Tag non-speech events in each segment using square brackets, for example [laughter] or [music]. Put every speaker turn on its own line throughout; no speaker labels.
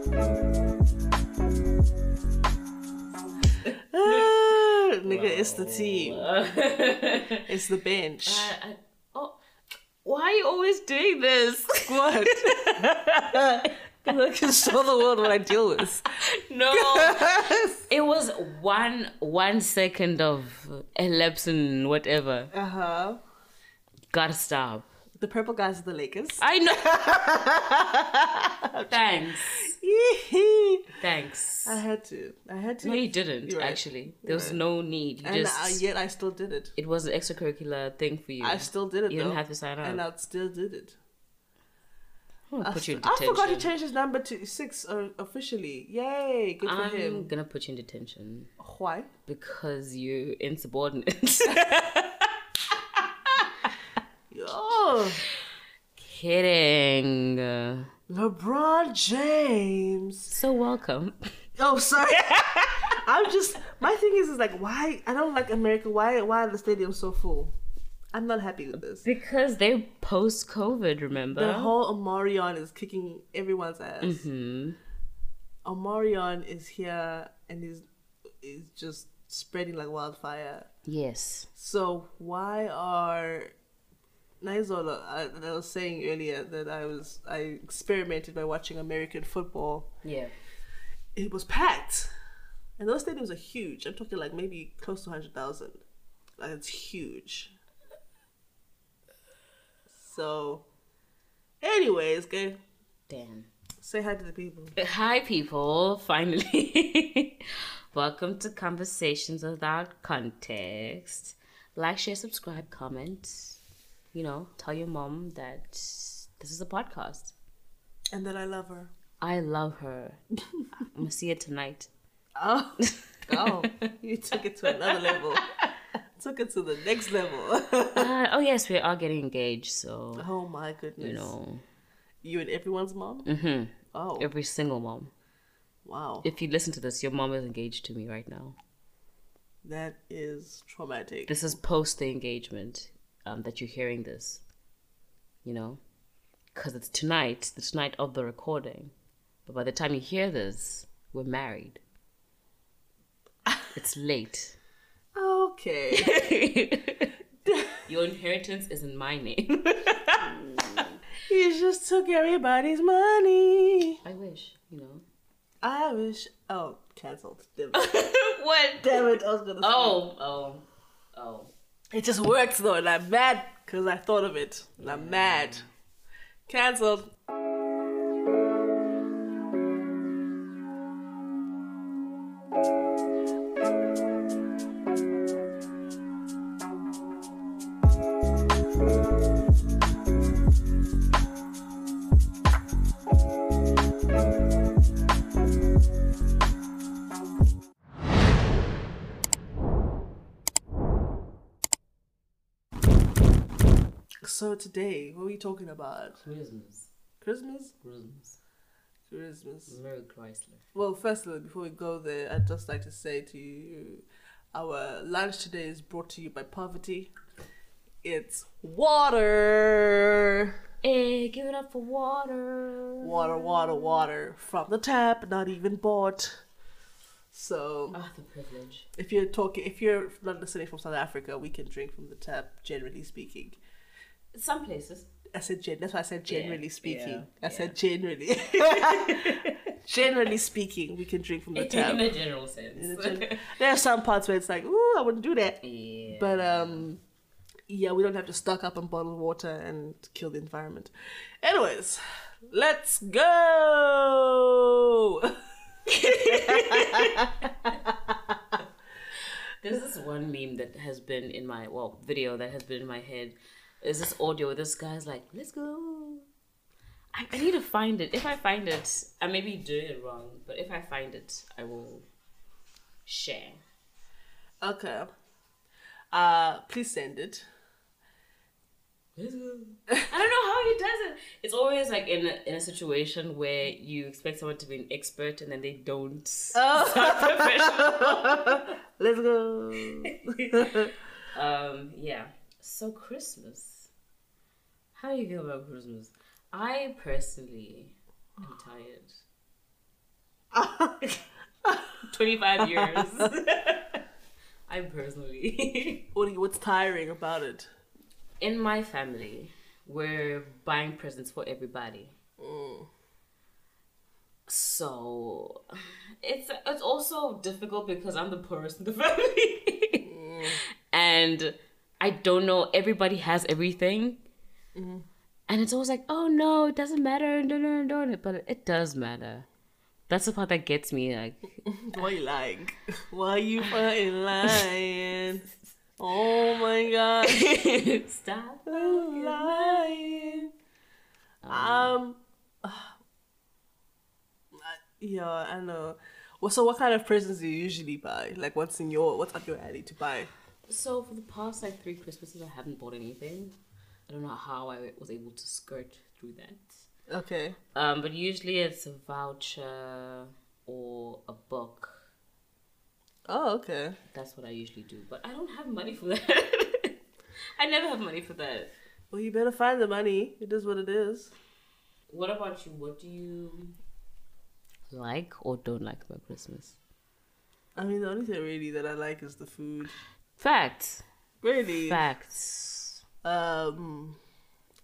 Ah, the team.
[laughs] Uh,
It's the bench. [laughs]
I- oh, why are you always doing this?
[laughs] What? I can show the world what I deal
[laughs]
with.
[laughs] no, it was one one second of elapse in whatever.
Uh huh.
Gotta stop.
The purple guys are the Lakers.
I know.
[laughs]
Thanks. Thanks.
I had to. I had to.
No, you didn't.
Uh, You're right.
Actually, there was no need. You
and
just
uh, yet I still did it.
it was an extracurricular thing for you.
I still did it.
You
though.
didn't have to sign up.
And I still did it.
I'm gonna
I,
put you in
st- I
detention.
forgot he changed his number to six uh, officially. Yay! Good for
I'm
him.
gonna put you in detention
Why?
because you're
[laughs]
insubordinate.
Oh,
Kidding. Uh,
LeBron James.
So welcome.
Oh, sorry. I'm just. My thing is, is like, why? I don't like America. Why? Why are the stadiums so full? I'm not happy with this.
Because they post COVID, remember?
The whole Omarion is kicking everyone's ass.
hmm
Omarion is here and is is just spreading like wildfire.
Yes.
So why are Naizola? I, I was saying earlier that I was I experimented by watching American football.
Yeah.
It was packed, and those stadiums are huge. I'm talking like maybe close to hundred thousand. Like it's huge. So, anyways, okay.
Damn.
Say hi to the people.
Hi, people. Finally. [laughs] welcome to Conversations Without Context. Like, share, subscribe, comment. You know, tell your mom that this is a podcast.
And that I love her.
I love her. I'm going to see her tonight.
Oh, [laughs] oh, you took it to another level. took it to the next level. [laughs]
Uh, oh, yes, we are getting engaged. So,
oh my goodness.
you know,
You and everyone's mom?
hmm
Oh,
every single mom.
wow.
If you listen to this, your mom is engaged to me right now.
That is traumatic.
This is post the engagement um, that you're hearing this, you know, because it's tonight, the tonight of the recording. But by the time you hear this, we're married. It's [laughs] late.
Okay.
your inheritance is in my name.
you just took everybody's money.
I wish, you know.
I wish. Oh, cancelled. Damn it.
[laughs] what?
Damn it, I was gonna say.
Oh, oh, oh.
It just works though, and I'm mad because I thought of it. And I'm mad. Cancelled. So today, what are we talking about?
Christmas.
Christmas?
Christmas.
Christmas.
Very Chrysler.
Well, firstly, before we go there, I'd just like to say to you, our lunch today is brought to you by poverty. It's water,
Hey, Eh, give it up for water.
water, water, water from the tap, not even bought. So,
Ah, the privilege.
if you're talking, if you're not listening from South Africa, we can drink from the tap, generally speaking.
Some places.
I said gen. That's why I said generally
yeah,
speaking. I
yeah.
said generally.
[laughs]
generally [laughs] speaking, we can drink from the tap.
In a general sense.
There are some parts where it's like, ooh, I wouldn't do that.
yeah.
But um, yeah, we don't have to stock up on bottled water and kill the environment. Anyways, let's go.
There's this one meme that has been in my, well, video that has been in my head. Is this audio where this guy's like, let's go. I, I need to find it. If I find it, I may be doing it wrong, but if I find it, I will share.
[laughs] okay. Uh, please send it.
Let's go. [laughs] I don't know how he does it. It's always like in a, in a situation where you expect someone to be an expert and then they don't.
[laughs] Let's go.
Um, yeah. So Christmas. How do you feel about Christmas? I personally am tired. [laughs] Twenty-five years. I personally. [laughs]
What do you- what's tiring about it?
in my family, we're buying presents for everybody. So it's it's also difficult because I'm the poorest in the [laughs] family, and I don't know. Everybody has everything, and it's always like, oh no, it doesn't matter. No, no, no, no. But it does matter. That's the part that gets me. Like,
Why you lying? [laughs] Why you fucking lying? Oh my god.
[laughs] stop.
I'm lying. Um, [sighs] yeah, I know. Well, so what kind of presents do you usually buy? Like, what's in your what's up your alley to buy?
So for the past like three Christmases, I haven't bought anything. I don't know how I was able to skirt through that.
Okay.
Um, but usually it's a voucher or a book.
Oh, okay.
That's what I usually do. But I don't have money for [laughs] that. I never have money for that.
Well, you better find the money. It is what it is.
What about you? What do you like or don't like about Christmas?
I mean, the only thing really that I like is the food.
Facts.
Really.
Facts.
um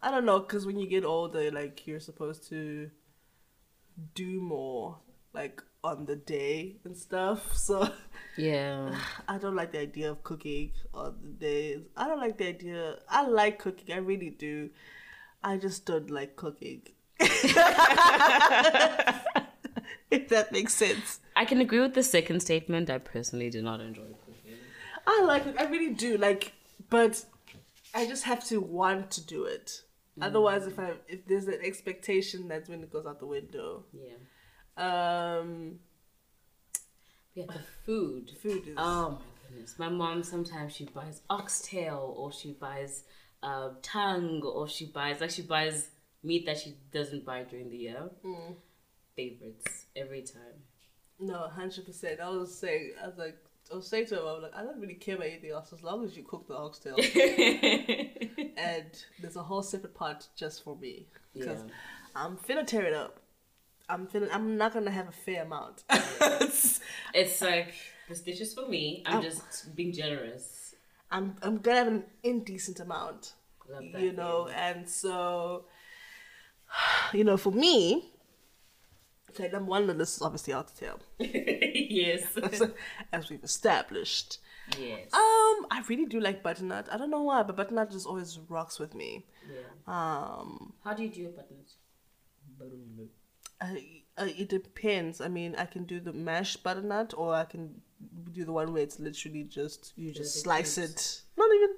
i don't know because when you get older like you're supposed to do more like on the day and stuff [laughs] so
Yeah.
i don't like the idea of cooking on the days i don't like the idea i like cooking i really do i just don't like cooking [laughs] if that makes sense
I can agree with the second statement. I personally do not enjoy cooking.
I like it. I really do. Like, but I just have to want to do it. Otherwise, if I if there's an expectation, that's when it goes out the window.
Yeah.
Um,
Yeah, the food.
Food is-
Oh my goodness. My mom sometimes she buys oxtail or she buys uh, tongue or she buys like she buys meat that she doesn't buy during the year.
Mm.
Favorites every time. [laughs]
no, hundred percent. I was saying, I was like, I was saying to him, I'm like, I don't really care about anything else as long as you cook the oxtail. and there's a whole separate part just for me because
Yeah.
I'm finna tear it up. I'm finna. I'm not gonna have a fair amount. [laughs]
It's like this dish is for me.
Oh.
I'm just being generous.
I'm I'm gonna have an indecent amount.
Love that
you know, and so [sighs] you know, for me, okay, number one on the list is obviously Artail,
[laughs] yes.
[laughs] as we've established.
yes.
Um, I really do like butternut. I don't know why, but butternut just always rocks with me.
Yeah.
Um,
How do you do your buttons?
I, I, Uh, it depends. I mean, I can do the mashed butternut, or I can do the one where it's literally just you just
the
slice it. Not even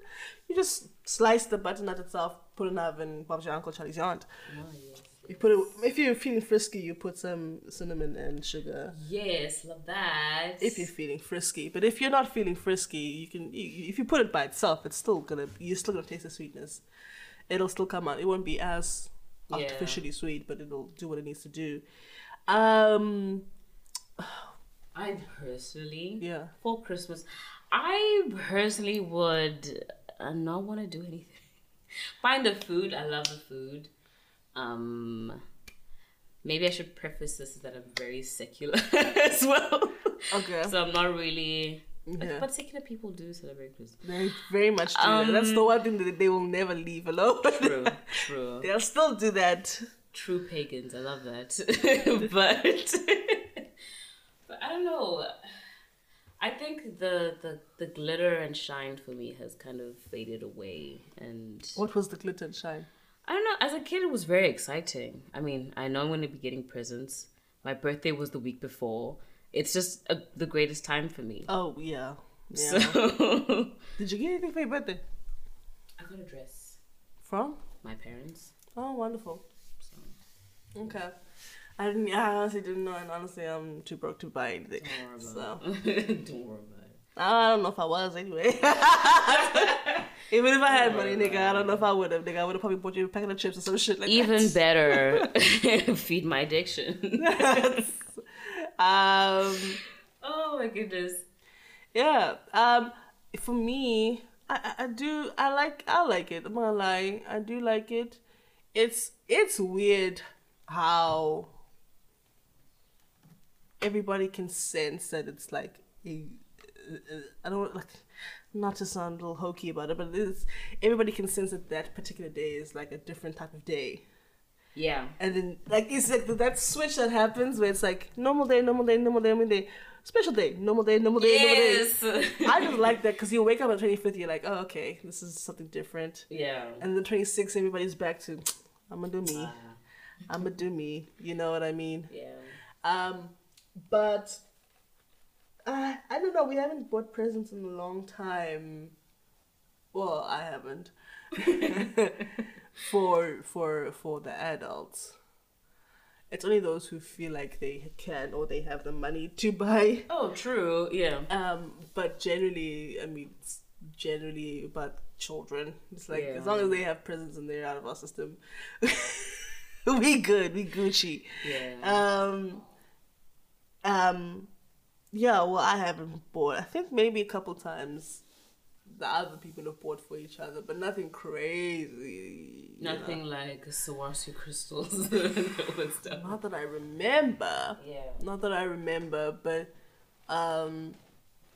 you just slice the butternut itself, put it in the oven, Bob's your uncle, Charlie's your aunt.
Oh, yes.
You put it if you're feeling frisky, you put some cinnamon and sugar.
Yes, love that.
If you're feeling frisky, but if you're not feeling frisky, you can you, you- if you put it by itself, it's still gonna you're still gonna taste the sweetness. It'll still come out. It won't be as
Yeah.
artificially sweet, but it'll do what it needs to do. Um,
I personally,
Yeah.
for Christmas, I personally would uh, not want to do anything. [laughs] Find the food. I love the food. Um, maybe I should preface this that I'm very secular [laughs] as well.
Okay.
So I'm not really.
Yeah.
But secular people do celebrate Christmas.
they very much do that. That's the one thing that they will never leave alone. [laughs]
[laughs] True, true,
They'll still do that.
true pagans. I love [laughs] that. but [laughs] but I don't know. I think the, the the glitter and shine for me has kind of faded away, and
What was the glitter and shine?
I don't know. As a kid, it was very exciting. I mean, I know I'm going to be getting presents. My birthday was the week before. It's just a, the greatest time for me.
Oh yeah. Yeah.
[laughs] So
[laughs] Did you get anything for your birthday?
I got a dress.
From?
My parents.
Oh, wonderful.
So.
Okay. I didn't. I honestly didn't know, and honestly, I'm too broke to buy anything.
Don't worry
So
about it. [laughs] Don't worry about it.
I don't know if I was anyway. [laughs] Even if I had money, nigga, I don't know if I would have. Nigga, I would have probably bought you a packet of chips or some shit like [laughs]
Even better, [laughs] feed my [laughs] addiction.
that. um.
Oh my goodness.
Yeah. Um. For me, I, I I do. I like. I like it. I'm not lying. I do like it. It's it's weird how everybody can sense that it's like a, I don't like not to sound a little hokey about it, but it's everybody can sense that that particular day is like a different type of day.
Yeah.
And then like it's like that switch that happens where it's like normal day, normal day, normal day, normal day, special day, normal day, normal day,
Yes. [laughs]
normal day. I just like that because you wake up on twenty fifth, you're like, oh okay, this is something different.
yeah.
And then twenty sixth, everybody's back to I'm gonna do me,
Ah,
I'm gonna do me. You know what I mean?
yeah.
Um, but uh, I don't know. We haven't bought presents in a long time. Well, I haven't [laughs] for for for the adults. It's only those who feel like they can or they have the money to buy.
Oh, true. Yeah.
Um, but generally, I mean, it's generally about children. It's like
Yeah.
as long as they have presents and they're out of our system, [laughs] we good. We Gucci.
Yeah.
Um, um, yeah. Well, I haven't bought. I think maybe a couple times the other people have bought for each other, but nothing crazy. you know.
Nothing like Swarovski crystals [laughs] and all that stuff.
Not that I remember.
Yeah.
Not that I remember, but um,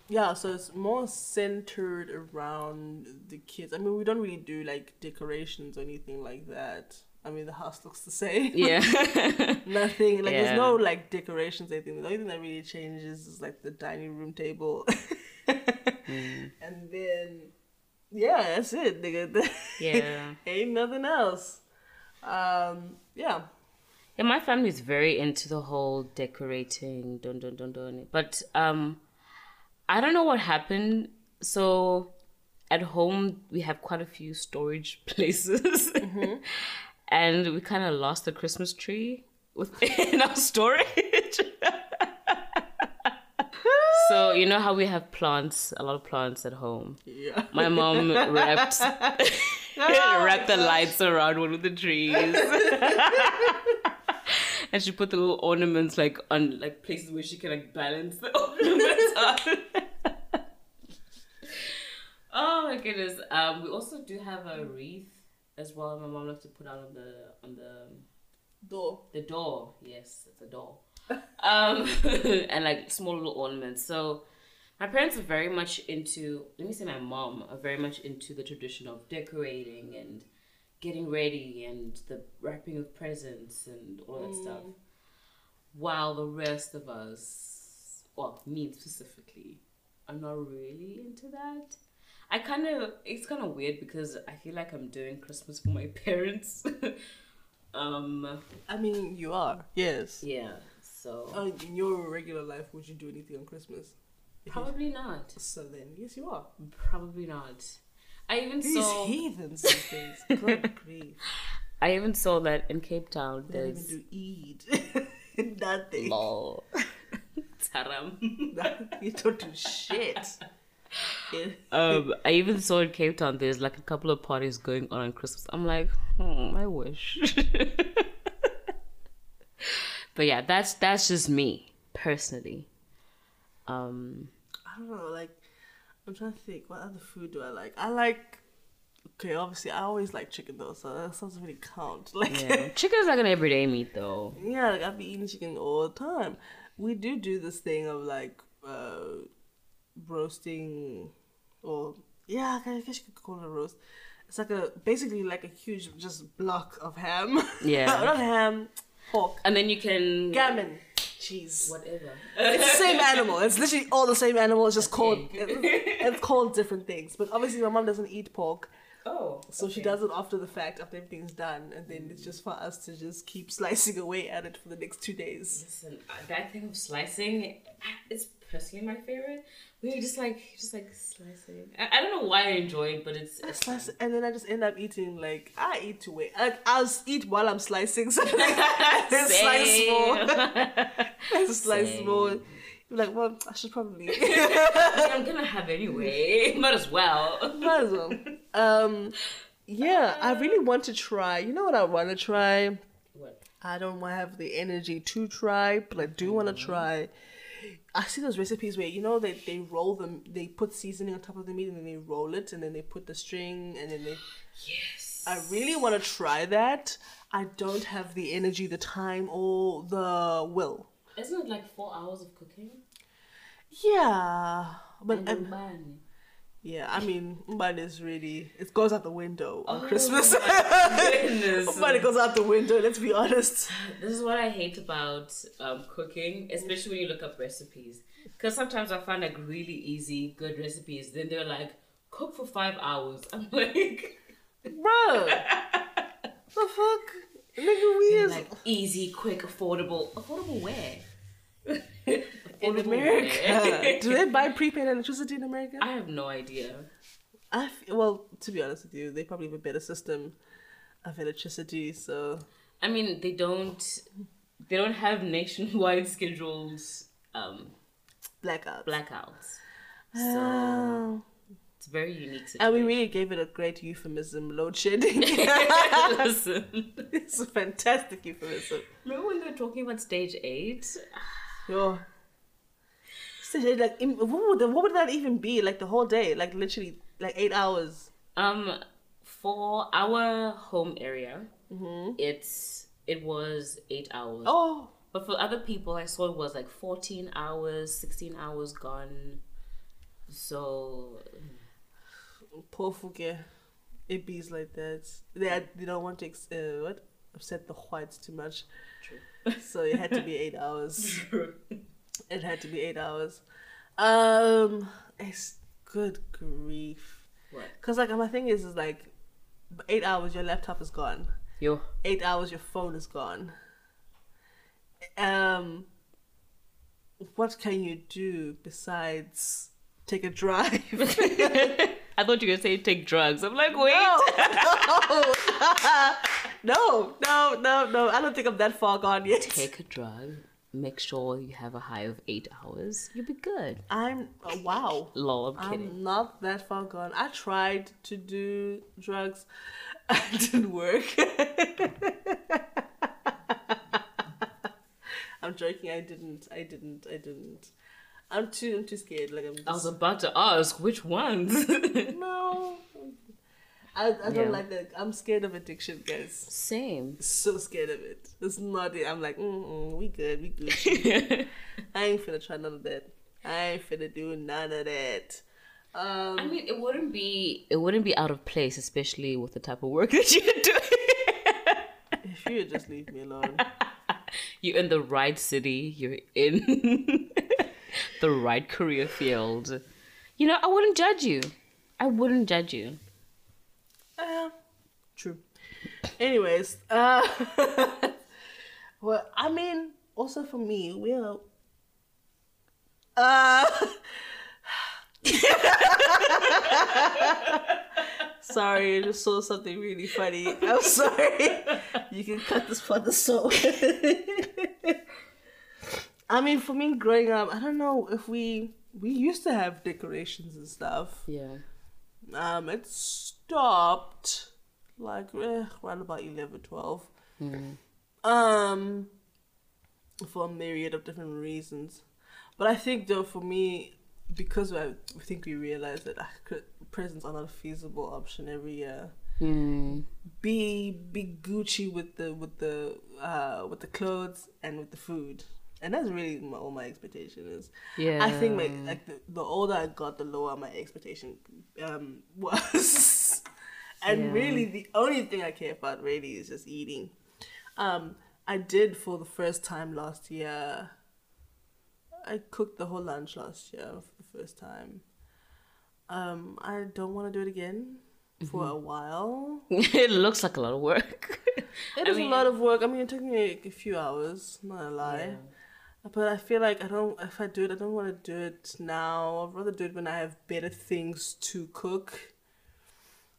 yeah. So it's more centered around the kids. I mean, we don't really do like decorations or anything like that. I mean, the house looks the same. [laughs]
[laughs] Yeah.
Nothing like
Yeah.
there's no like decorations or anything. The only thing that really changes is like the dining room table, [laughs]
Hmm.
and then yeah, that's it, nigga. [laughs]
Yeah.
ain't nothing else. Um, yeah,
Yeah, my family's very into the whole decorating, dun dun dun dun. But um, I don't know what happened. So at home we have quite a few storage [laughs] places, and we kind of lost the Christmas tree within [laughs] our storage. so you know how we have plants, a lot of plants at home. [laughs]
yeah.
My mom wrapped wrapped the lights around one of the trees. and she put the little ornaments like on like places where she can like balance the [laughs] ornaments on. [laughs] oh my goodness. Um we also do have a wreath as well my mom likes to put out on the on the um,
Door.
the door, yes, it's a door. [laughs] um, [laughs] and like small little ornaments. So my parents are very much into, let me say my mom are very much into the tradition of decorating and getting ready and the wrapping of presents and all that stuff. While the rest of us, well, me specifically, I'm not really into that. I kind of, it's kind of weird because I feel like I'm doing Christmas for my [laughs] parents. um,
I mean, you are. Yes.
yeah. So
Uh, in your regular life, would you do anything on Christmas? If you-
probably not.
So then, yes, you are.
Probably not. I even
These
saw.
heathens these [laughs] days. Good grief.
I even saw that in Cape Town.
They don't even
There's
do Eid. [laughs] Nothing.
[laughs] lol.
[laughs]
Taram.
you don't do shit. Yeah.
Um, I even saw in Cape Town. There's like a couple of parties going on on Christmas. I'm like, hmm, I wish. [laughs] but yeah, that's that's just me personally. Um,
I don't know. Like, I'm trying to think. What other food do I like? I like. Okay, obviously, I always like chicken though, so that doesn't really count. [laughs] Like,
yeah, chicken is like an everyday meat though.
Yeah, like I've been eating chicken all the time. We do do this thing of like uh, roasting, or yeah, I guess you could call it a roast. It's like a basically like a huge just block of ham. [laughs]
Yeah.
not ham, pork,
And then you can
gammon, cheese.
whatever.
It's the same animal. It's literally all the same animal. It's just called
pig.
it's, it's called different things. But obviously, my mom doesn't eat pork.
Oh,
So she does it after the fact, after everything's done, and then it's just for us to just keep slicing away at it for the next two days.
Listen, uh, that thing of slicing is personally my favorite. We were just like, just like slicing. I, I don't know why I enjoy it, but it's. it's [laughs]
Slice, [laughs] and then I just end up eating like I eat to wait. Like I'll s- eat while I'm slicing. [laughs] So like, slice more,
[laughs]
slice
Same.
more. You're like, well, I should probably
I mean, I'm gonna have anyway. [laughs] Might as
[laughs]
well.
might as well. Um, yeah, I really want to try. You know what I want to try?
What?
I don't want to have the energy to try, but I do want to try. I see those recipes where you know they, they roll them, they put seasoning on top of the meat, and then they roll it, and then they put the string, and then they.
Yes.
I really want to try that. I don't have the energy, the time, or the will.
Isn't it like four hours of cooking?
Yeah, but
And
um,
Umbani.
yeah, I mean, Mbad is really it goes out the window on Christmas. [laughs]
Goodness.
Mbad goes out the window. Let's be honest.
This is what I hate about um, cooking, especially when you look up recipes. Because sometimes I find like really easy, good recipes. Then they're like, cook for five hours. [laughs] I'm like,
Bro, the fuck, nigga, we is
like easy, quick, affordable. Affordable where? [laughs]
in
Affordable
America.
[laughs] where?
Do they buy prepaid electricity in America?
I have no idea.
I f- well, to be honest with you, they probably have a better system of electricity. So
I mean, they don't. They don't have nationwide [laughs] scheduled um,
blackouts.
blackouts.
Ah.
So
Oh.
it's a very unique situation. [laughs]
and we really gave it a great euphemism, load [laughs] shedding.
Listen.
it's a fantastic euphemism.
Remember when they were talking about stage eight?
Yo. So, like, im- what would, what would that even be? Like the whole day, like literally, like eight hours.
Um, for our home area, Mm-hmm. it's it was eight hours.
Oh,
But for other people, I saw it was like fourteen hours, sixteen hours gone. So
poor Fuke. It bees like that. They had, they don't want to ex- uh, what upset the whites too much. So it had to be eight hours.
true.
It had to be eight hours. Um, it's good grief.
[laughs] what?
Cause like my thing is is like, eight hours your laptop is gone.
Yo. [laughs]
Eight hours your phone is gone. Um, what can you do besides take a drive? [laughs]
I thought you were gonna say take drugs. I'm like, wait.
No, no, no, [laughs] no, no, no. I don't think I'm that far gone yet.
[laughs] Take a drug. Make sure you have a high of eight hours. You'll be good. Um,
I'm oh, wow.
Lol, I'm kidding.
I'm not that far gone. I tried to do drugs. [laughs] It didn't work. [laughs] I'm joking. I didn't. I didn't. I didn't. I'm too. I'm too scared. Like I'm. Just,
I was about to ask which ones.
no. I, I don't
Yeah.
like that. I'm scared of addiction, guys.
[laughs] Same.
So scared of it. It's not it. I'm like, mm we good. We good. I ain't finna try none of that. I ain't finna do none of that. Um.
I mean, it wouldn't be it wouldn't be out of place, especially with the type of work [laughs] that you're doing.
If you would just leave me alone.
you're in the right city. You're in [laughs] the right career field. You know, I wouldn't judge you. I wouldn't judge you.
Uh, true. Anyways, uh, [laughs] well, I mean, also for me, we are. Uh, [laughs] sorry, I just saw something really funny. I'm [laughs] sorry. You can cut this part of the show. [laughs] I mean, for me, growing up, I don't know if we we used to have decorations and stuff.
Yeah.
Um, it stopped like eh, around about 11, 12.
Hmm.
Um, for a myriad of different reasons. But I think, though, for me, because I think we realized that ah, cr- presents are not a feasible option every year.
Hmm.
Be be Gucci with the with the uh, with the clothes and with the food, and that's really my, all my expectation is. I think my like the, the older I got, the lower my expectation um, [laughs] was, and
Yeah.
really the only thing I care about really is just eating. Um, I did for the first time last year. I cooked the whole lunch last year for the first time. Um, I don't want to do it again for a while.
[laughs] it looks like a lot of work. [laughs]
It
I
is
mean-
a lot of work. I mean, it took me a few hours, not gonna lie. But I feel like I don't, if I do it, I don't want to do it now. I'd rather do it when I have better things to cook.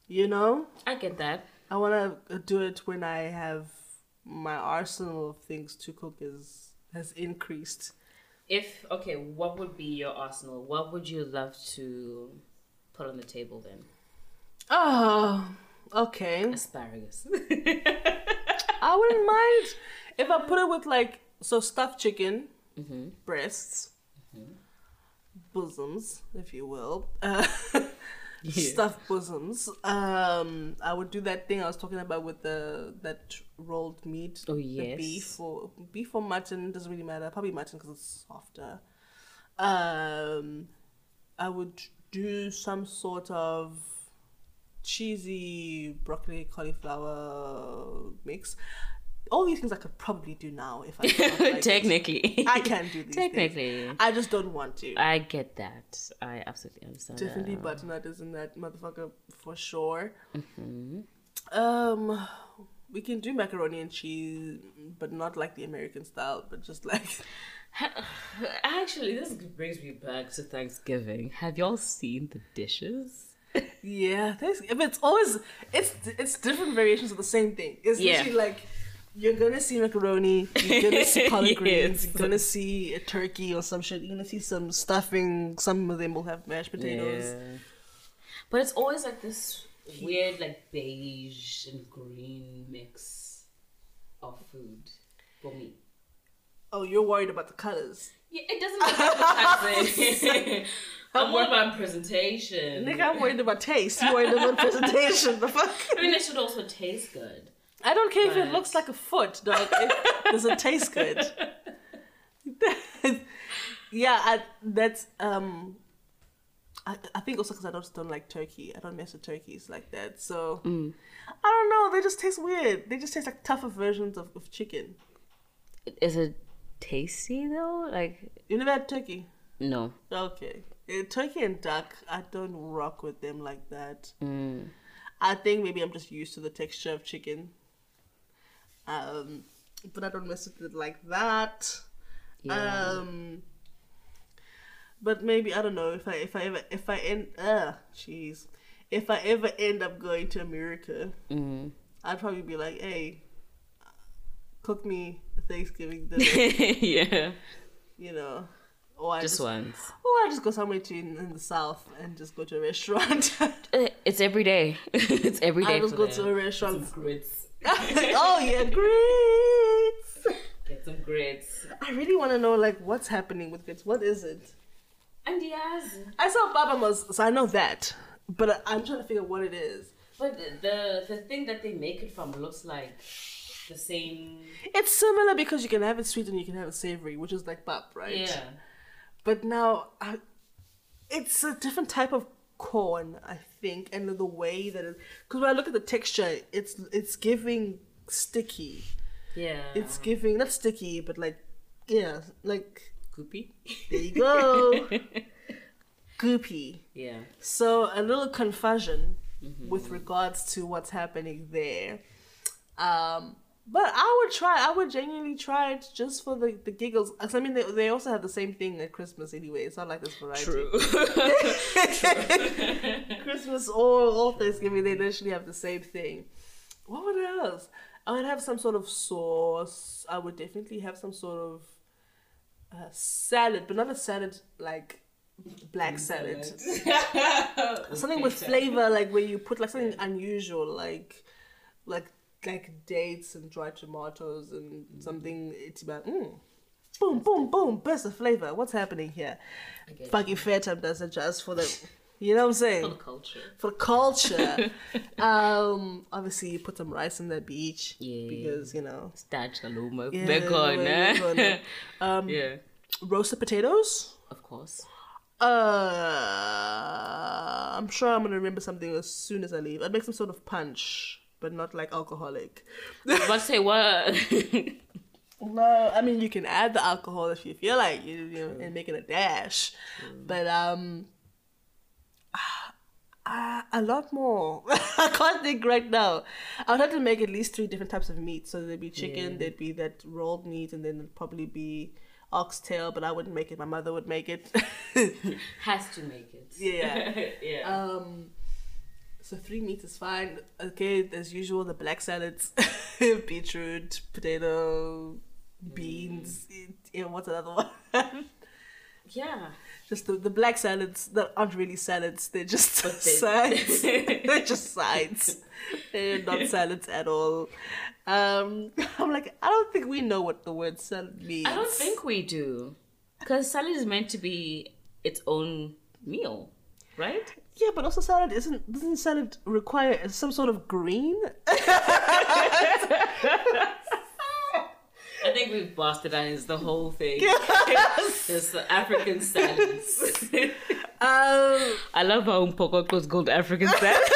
You know?
I get that.
I want to do it when I have my arsenal of things to cook is has increased.
If okay, what would be your arsenal? What would you love to put on the table then?
Oh,
[laughs]
okay.
Asparagus.
I wouldn't mind if I put it with like, so stuffed chicken,
Mhm.
breasts,
Mm-hmm.
bosoms, if you will. Uh,
[laughs] Yeah.
Stuffed bosoms. Um, I would do that thing I was talking about with the that rolled meat.
Oh,
the
yes.
beef or beef or mutton doesn't really matter. Probably mutton because it's softer. Um, I would do some sort of cheesy broccoli cauliflower mix. All these things I could probably do now
[laughs]
if I felt like it.
Technically.
I can do these things.
Technically.
I just don't want to.
I get that. I absolutely understand. that.
Definitely butternut is in that motherfucker for sure.
Mm-hmm.
Um, we can do macaroni and cheese, but not like the American style, but just like [laughs]
Actually, this brings me back to Thanksgiving. Have y'all seen the dishes?
yeah. Thanks. But it's always it's it's different variations of the same thing. It's
Yeah.
literally like. You're gonna see macaroni. You're gonna
[laughs]
see collard greens.
Yes.
You're gonna see a turkey or some shit. You're gonna see some stuffing. Some of them will have mashed [laughs] potatoes.
Yeah. But it's always like this weird, like beige and green mix of food for me.
Oh, you're worried about the colors.
Yeah, it doesn't
[laughs]
look appetizing. [laughs] I'm worried about presentation.
Nigga, I'm worried about taste. You worried about presentation. The fuck?
I mean, it should also taste good.
I don't care if it
But-
looks like a foot, dog. It doesn't taste good. [laughs] yeah, I, that's um. I, I think also because I just don't like turkey. I don't mess with turkeys like that. So I don't know. They just taste weird. They just taste like tougher versions of, of chicken.
Is it tasty though? Like,
You never had turkey?
no.
Okay. Uh, turkey and duck, I don't rock with them like that.
Mm.
I think maybe I'm just used to the texture of chicken. Um, but I don't mess with it like that.
Yeah.
Um, but maybe I don't know if I if I ever if I end uh jeez if I ever end up going to America, [laughs]
mm.
I'd probably be like, hey, cook me a Thanksgiving
[laughs]
dinner,
yeah.
you know, or I
Just
just,
once.
or I just go somewhere to in, in the south and just go to a
[laughs]
restaurant. [laughs]
Uh, It's every day. [laughs] it's every day.
I just
for
go
them.
to a restaurant.
grits.
oh yeah, [laughs] grits.
Get some grits.
I really want to know like what's happening with grits. What is it?
And yes,
I saw Baba Mos, so I know that. But I- I'm trying to figure out what it is.
but the- the the thing that they make it from looks like the same.
It's similar because you can have it sweet and you can have it savory, which is like bap, right?
Yeah.
But now, I, it's a different type of corn, I think, and the way that it. Because when I look at the texture, it's it's giving sticky.
Yeah.
It's giving not sticky, but like yeah, like
goopy.
there you go, goopy.
[laughs] yeah.
So a little confusion with regards to what's happening there. Um, but I would try. I would genuinely try it just for the, the giggles. 'Cause I mean, they, they also have the same thing at Christmas anyway. It's not like this variety. [laughs] Christmas or all Thanksgiving, they literally have the same thing. What would else? I would have some sort of sauce. I would definitely have some sort of uh, salad, but not a salad like black salad.
[laughs]
something with flavor, like where you put like something unusual, like like like dates and dried tomatoes and something. It's about mm, boom, boom, boom, burst of flavor. What's happening here?
Okay.
Fucking fair time does it just for the, you know what I'm saying?
[laughs] culture.
for culture. um, obviously you put some rice in the beach
Yeah.
because you know.
Starch aluma.
yeah,
Bacon.
we're
eh? [laughs]
gonna- um,
yeah.
roasted potatoes.
Of course.
Uh, I'm sure I'm gonna remember something as soon as I leave. I'd make some sort of punch, but not like alcoholic. [laughs]
But say what? [laughs]
No, I mean you can add the alcohol if you feel like you, you know, and make it a dash, but um, [sighs] uh, a lot more. [laughs] I can't think right now. I would have to make at least three different types of meat. So there'd be chicken, there'd be that rolled meat, and then there'd probably be oxtail. But I wouldn't make it. My mother would make it. [laughs]
Has to make it.
Yeah.
[laughs] yeah. Uh,
um, so three meat is fine. Okay, as usual, the black salads, [laughs] beetroot, potato, beans.
Mm.
Yeah, what's another one? [laughs]
yeah.
just the, the black salads that aren't really salads. They're just [laughs]
But they-
sides.
[laughs]
they're just sides. They're not salads at all. Um, [laughs] I'm like, I don't think we know what the word salad means.
I don't think we do. Because salad is meant to be its own meal, right?
Yeah, but also salad isn't doesn't salad require some sort of green?
I think we've bastardized the whole [laughs] thing. it's the African silence.
[laughs] Um,
[laughs] I love how Mpokok was called [laughs] African silence.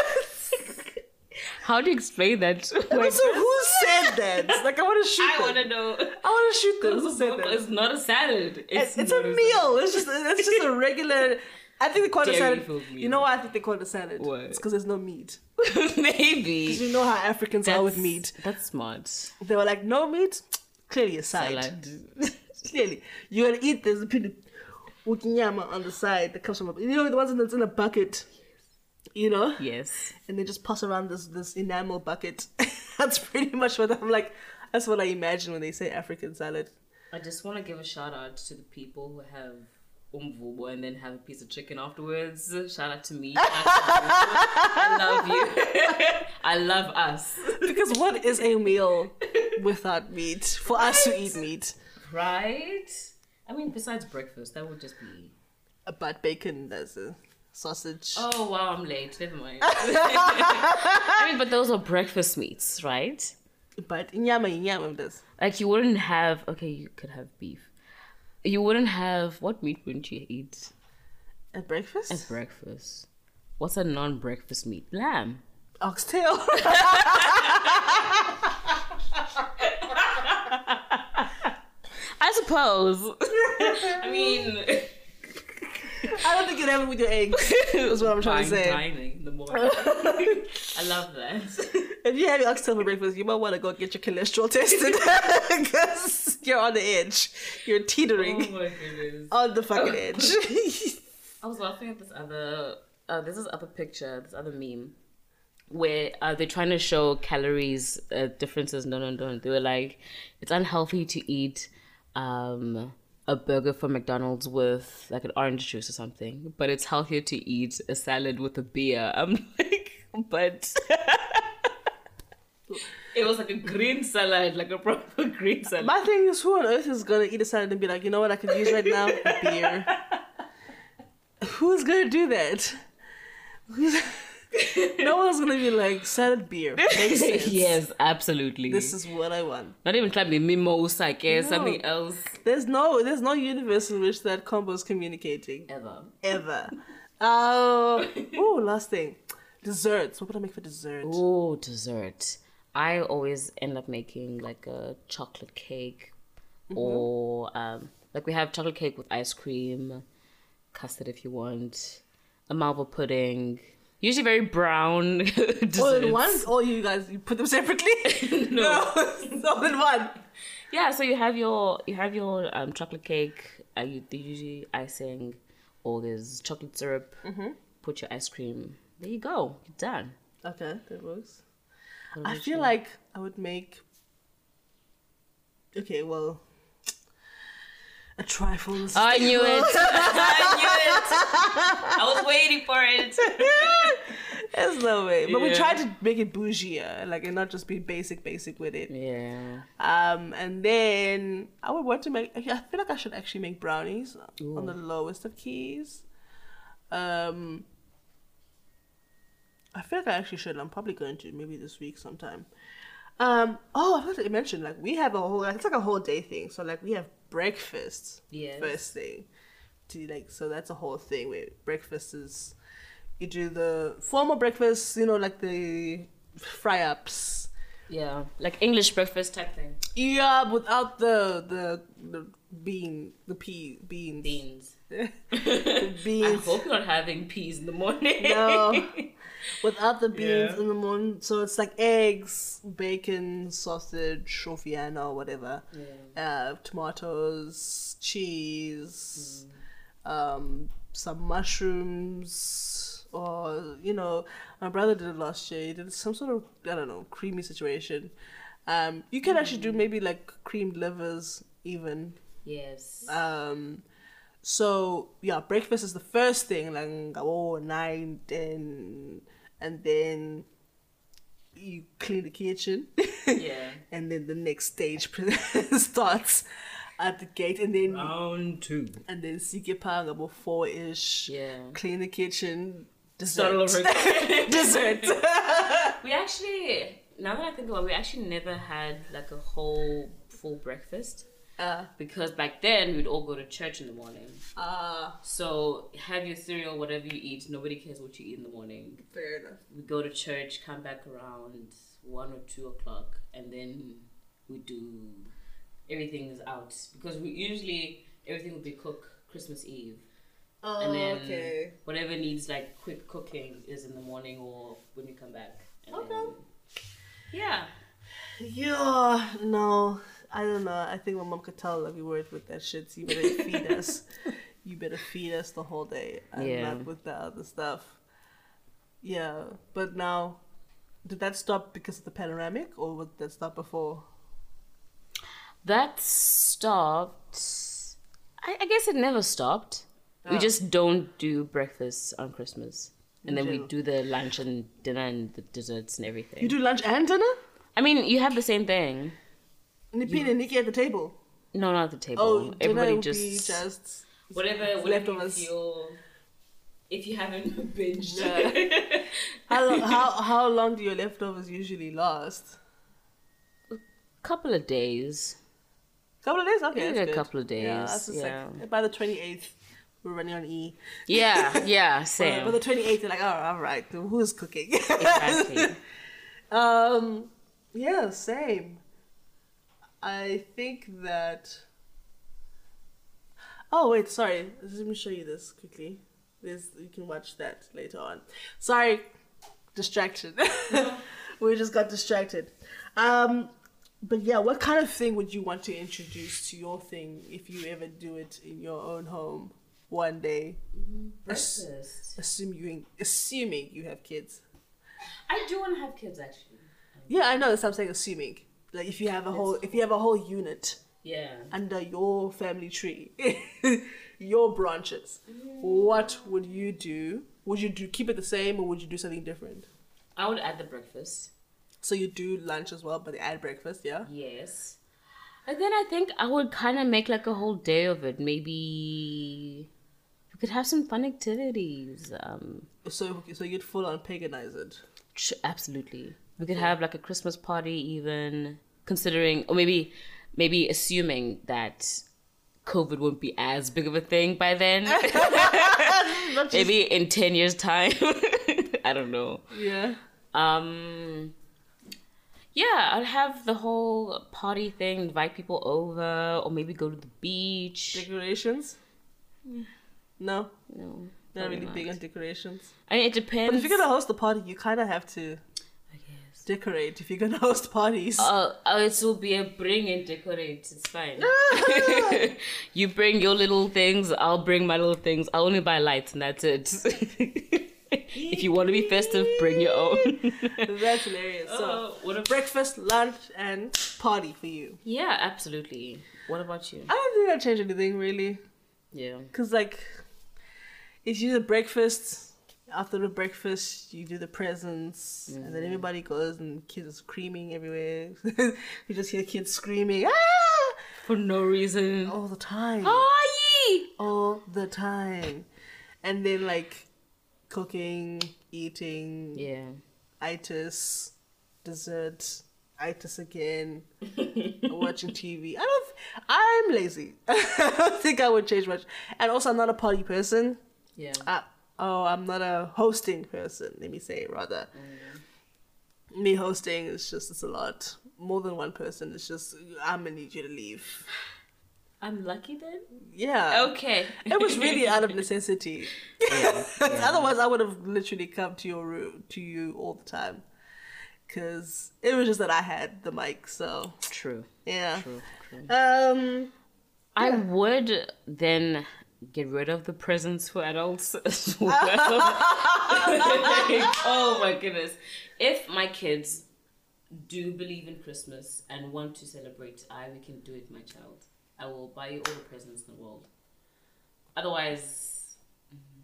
How do you explain that? Like,
so who said that? Like, I want to shoot
I
them.
want to know.
I want to shoot them. Who said that?
Mpokok is not a salad.
It's, it's a
not
meal. It's just it's just a regular. I think they call it a
Dairy
salad.
filled meal.
You know why I think they call it a salad?
What?
It's because there's no meat.
salad. [laughs] Maybe.
'Cause you know how Africans are with
That's-
meat.
That's smart.
They were like, no meat, clearly a side.
Salad.
Clearly, you're gonna eat this pit of wukinyama on the side that comes from a, you know the ones that's in a bucket. You know,
Yes.
and they just pass around this this enamel bucket. [laughs] that's pretty much what I'm like. That's what I imagine when they say African salad.
I just want to give a shout out to the people who have umvubo and then have a piece of chicken afterwards. Shout out to me. Shout out to umvubo. I love you. [laughs] I love us. [laughs]
Because what is a meal without meat? For us to eat meat.
Right? I mean, besides breakfast, that would just be.
a butt bacon as a sausage.
Oh, wow, I'm late. Never [laughs] mind. I mean, but those are breakfast meats, right?
But inyama inyama does.
Like, you wouldn't have. Okay, you could have beef. You wouldn't have. What meat wouldn't you eat
At breakfast?
at breakfast? What's a non breakfast meat? Lamb.
[laughs] Oxtail. [laughs]
I [laughs] suppose. I mean,
I don't think you'd have it with your
[laughs]
eggs. That's what I'm trying to
fine
say.
dining in the morning. I love [laughs] that.
[laughs] If you have your oxtail for breakfast, you might want to go get your cholesterol tested [laughs] because you're on the edge. You're
Oh
teetering
my goodness.
on the fucking edge. [laughs]
I was laughing at this other. Uh, this is other picture. This other meme. Where uh, they're trying to show calories uh, differences. No, no, no. They were like, it's unhealthy to eat um, a burger from McDonald's with like an orange juice or something, but it's healthier to eat a salad with a beer. [laughs] I'm like, but [laughs] it was like a green salad, like a proper [laughs] green salad.
My thing is, who on earth is gonna eat a salad and be like, you know what I could use right now? A beer.
[laughs]
Who's gonna do that? [laughs] Who's- no one's gonna be like salad beer. Makes
[laughs]
sense.
yes, absolutely.
This is what I want.
Not even trying to be mimosa, I guess,
No.
something else.
There's no there's no universe in which that combo is communicating
Ever.
ever. Uh, oh, last thing, desserts. What would I make for dessert?
Oh, dessert. I always end up making like a chocolate cake or um, like we have chocolate cake with ice cream, custard if you want, a marble pudding. Usually very brown [laughs] desserts.
All in one? Or you guys you put them separately?
[laughs]
[laughs]
No.
it's all in one.
Yeah, so you have your you have your um, chocolate cake. Uh, you they usually icing, or there's chocolate syrup. Put your ice cream. There you go. You're done.
Okay, that works. I feel like I would make. Okay, well, a trifle. is-
I knew it. [laughs] I knew it. I was waiting for it.
There's no way, but we
Yeah.
tried to make it bougier, like, and not just be basic, basic with it.
Yeah.
Um, and then I would want to make. I feel like I should actually make brownies on the lowest of keys. Um, I feel like I actually should. I'm probably going to maybe this week sometime. Um, oh, I forgot to mention. Like we have a whole. It's like a whole day thing. So like we have breakfast.
Yes.
First thing. To like so that's a whole thing where breakfast is. You do the formal breakfast. You know, like the fry ups.
Yeah. Like English breakfast type thing.
Yeah, without the the the bean, the pea beans,
Beans.
[laughs] the
I
beans.
hope you're not having peas in the morning. [laughs]
No, without the beans
Yeah.
in the morning. So it's like eggs, bacon, sausage, or Vienna, or whatever. Uh, tomatoes, cheese, um, some mushrooms, or you know, my brother did it last year. He did some sort of I don't know creamy situation. Um, you can actually do maybe like creamed livers even
Yes.
um, so yeah, breakfast is the first thing, like oh nine, ten, and then you clean the kitchen.
Yeah.
[laughs] And then the next stage [laughs] starts at the gate, and then
Round two.
and then sikipang about four ish.
Yeah.
Clean the kitchen.
Start all
Dessert.
over
[laughs]
again.
dessert.
[laughs] We actually, now that I think about it, we actually never had like a whole full breakfast
Uh,
because back then we'd all go to church in the morning.
uh,
So have your cereal, whatever you eat. Nobody cares what you eat in the morning.
fair enough.
We go to church, come back around one or two o'clock, and then we do everything is out because we usually everything would be cooked Christmas Eve.
Oh,
And then-
okay.
Whatever needs like quick cooking is in the morning or when you come back. And
Okay.
yeah.
Yeah, no, I don't know. I think my mom could tell every word with that shit. So you better
[laughs]
feed us. You better feed us the whole day. I'm
Yeah.
not with the other stuff. Yeah, but now, did that stop because of the panoramic, or was that stop before?
That stopped. I, I guess it never stopped.
Ah.
We just don't do breakfast on Christmas. And then we
Chill.
do the lunch and dinner and the desserts and everything.
You do lunch and dinner.
I mean, you have the same thing.
Nipin and Nikki at the table.
No, not at the table.
Oh, dinner
Everybody
would
just,
be just
whatever,
leftovers.
feel. If you haven't [laughs] binged,
[laughs] How,
[laughs]
lo- how how long do your leftovers usually last?
couple of days.
Couple of days. Okay,
Maybe
that's
a
good.
couple of
Yeah,
days,
that's just
yeah.
like by the twenty eighth, we're running on E.
Yeah, yeah,
But [laughs]
same.
by the twenty eighth, you're like, oh, all right, who's cooking? [laughs]
exactly.
um, yeah, same. I think that. Oh wait, sorry. Let me show you this quickly. This you can watch that later on. Sorry, distraction. [laughs] we just got distracted. Um, but yeah, what kind of thing would you want to introduce to your thing if you ever do it in your own home one day?
Breakfast.
Assume you, assuming you have kids.
I do want to have kids, actually.
Yeah, I know. That's what I'm saying. Assuming, like, if you have a whole, if you have a whole unit
Yeah.
under your family tree, [laughs] your branches, what would you do? Would you do keep it the same, or would you do something different?
I would add the breakfast.
So you do lunch as well, but add breakfast. Yeah.
Yes. And then I think I would kind of make like a whole day of it. Maybe we could have some fun activities. Um,
So so you'd full on paganize
[laughs]
it.
ch- absolutely. We could have like a Christmas party, even considering, or maybe, maybe assuming that COVID won't be as big of a thing
[laughs]
by then. [laughs] maybe in 10 years' time. [laughs] I don't know.
Yeah.
Um, yeah, I'd have the whole party thing, invite people over, or maybe go to the beach.
Decorations. No,
No,
not
probably
really
not.
big on decorations.
I mean, it
But
depends.
if you're gonna host a party, you kind of have to
I guess.
decorate. If you're gonna [laughs] host parties.
Uh, oh, it will be a bring and decorate. It's fine. Ah. [laughs] you bring your little things. I'll bring my little things. I only buy lights, and that's it. [laughs] if you want to be festive, bring your own. [laughs]
That's hilarious. So,
Uh, what a
breakfast, lunch, and party for you.
Yeah, absolutely. What about you?
I don't think I change anything really,
Yeah.
because like, it's usually breakfast. After the breakfast, you do the presents, and then everybody goes and kids are screaming everywhere. [laughs] you just hear kids screaming ah!
For no reason.
all the time,
Oh, ye!
all the time, and then like cooking, eating,
Yeah.
itis, dessert, itis again, watching TV. I don't. I'm lazy. [laughs] I don't think I would change much. And also, I'm not a party person.
Yeah.
I, oh, I'm not a hosting person. Let me say it rather. Me hosting is just it's a lot. More than one person. It's just I'm gonna need you to leave.
I'm lucky then?
Yeah.
Okay.
It was
[laughs]
really out of necessity. [laughs] Otherwise, I would have literally come to your room, to you all the time. Because it was just that I had the mic, so
True.
yeah.
True. True.
Um,
I would then get rid of the presents for adults [laughs]
[laughs]
as well. Like, oh my goodness. If my kids do believe in Christmas and want to celebrate, I we can do it, my child. I will buy you all the presents in the world. Otherwise, mm,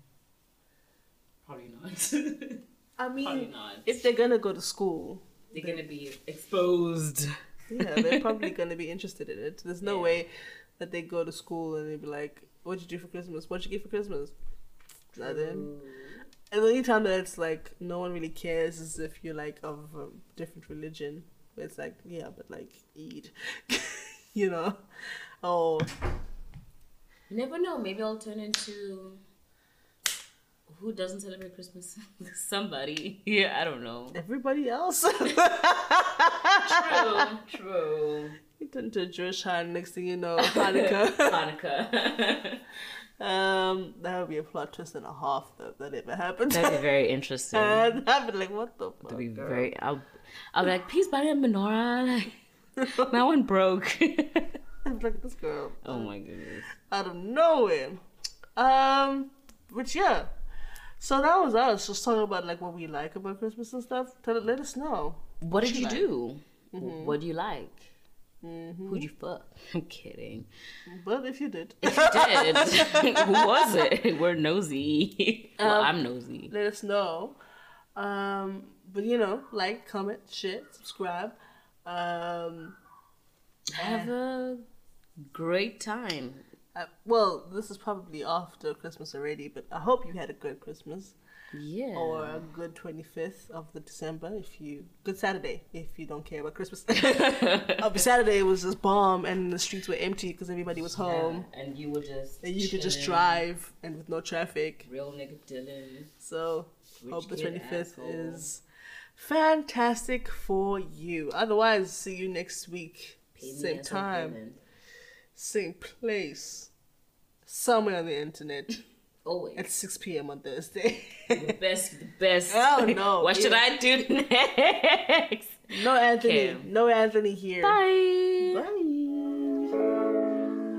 probably not. [laughs]
I
probably
mean,
not.
if they're gonna go to school,
They're gonna be exposed.
yeah, they're probably gonna be interested in it. There's no
Yeah.
way that they go to school and they'd be like, "What'd you do for Christmas? What'd you get for Christmas?" Nothing. And the only time that it's like no one really cares is if you're like of a different religion. Where it's like, yeah, but like Eid. [laughs] you know. Oh,
You never know. Maybe I'll turn into who doesn't celebrate Christmas? [laughs] Somebody. Yeah, I don't know.
everybody else. [laughs]
True. True.
you turn to a Jewish hand, next thing you [laughs] know,
[laughs]
Hanukkah.
Hanukkah.
um, that would be a plot twist and a half, though, if that ever happened.
That'd be very
[laughs]
interesting.
and I'd be like, what the fuck?
That'd be
girl?
very. I'll, I'll be like, please buy me a menorah. [laughs] Like, my one broke. [laughs]
I'd be like, this girl,
oh my goodness.
out of nowhere. Um, but yeah. So that was us just talking about like what we like about Christmas and stuff. Tell let us know.
What did you do? What do you like? Who'd you fuck? [laughs] I'm kidding.
But if you did,
If you did, [laughs] who was it? [laughs] We're nosy. Well, I'm nosy.
[laughs] let us know. Um, but you know, like, comment, shit, subscribe. Um,
Have a great time.
uh, well, this is probably after Christmas already, but I hope you had a good Christmas
Yeah.
or
[laughs]
a good 25th of the December if you good Saturday if you don't care about
[laughs]
Christmas. Uh, but Saturday was just bomb, and the streets were empty because everybody was home.
Yeah, and you would just.
And you could just
chillin',
drive and with no traffic.
Real nigga Dylan.
So,
Rich
hope the
kid
25th
asshole.
is fantastic for you. Otherwise, see you next week.
Pay me
same
as a
time,
woman.
same place, somewhere on the internet at
Always.
6 p.m. on Thursday. [laughs]
the best, the best.
Oh, no.
[laughs] what should
Ew.
I do next?
no Anthony.
Kim.
No Anthony here.
Bye.
Bye.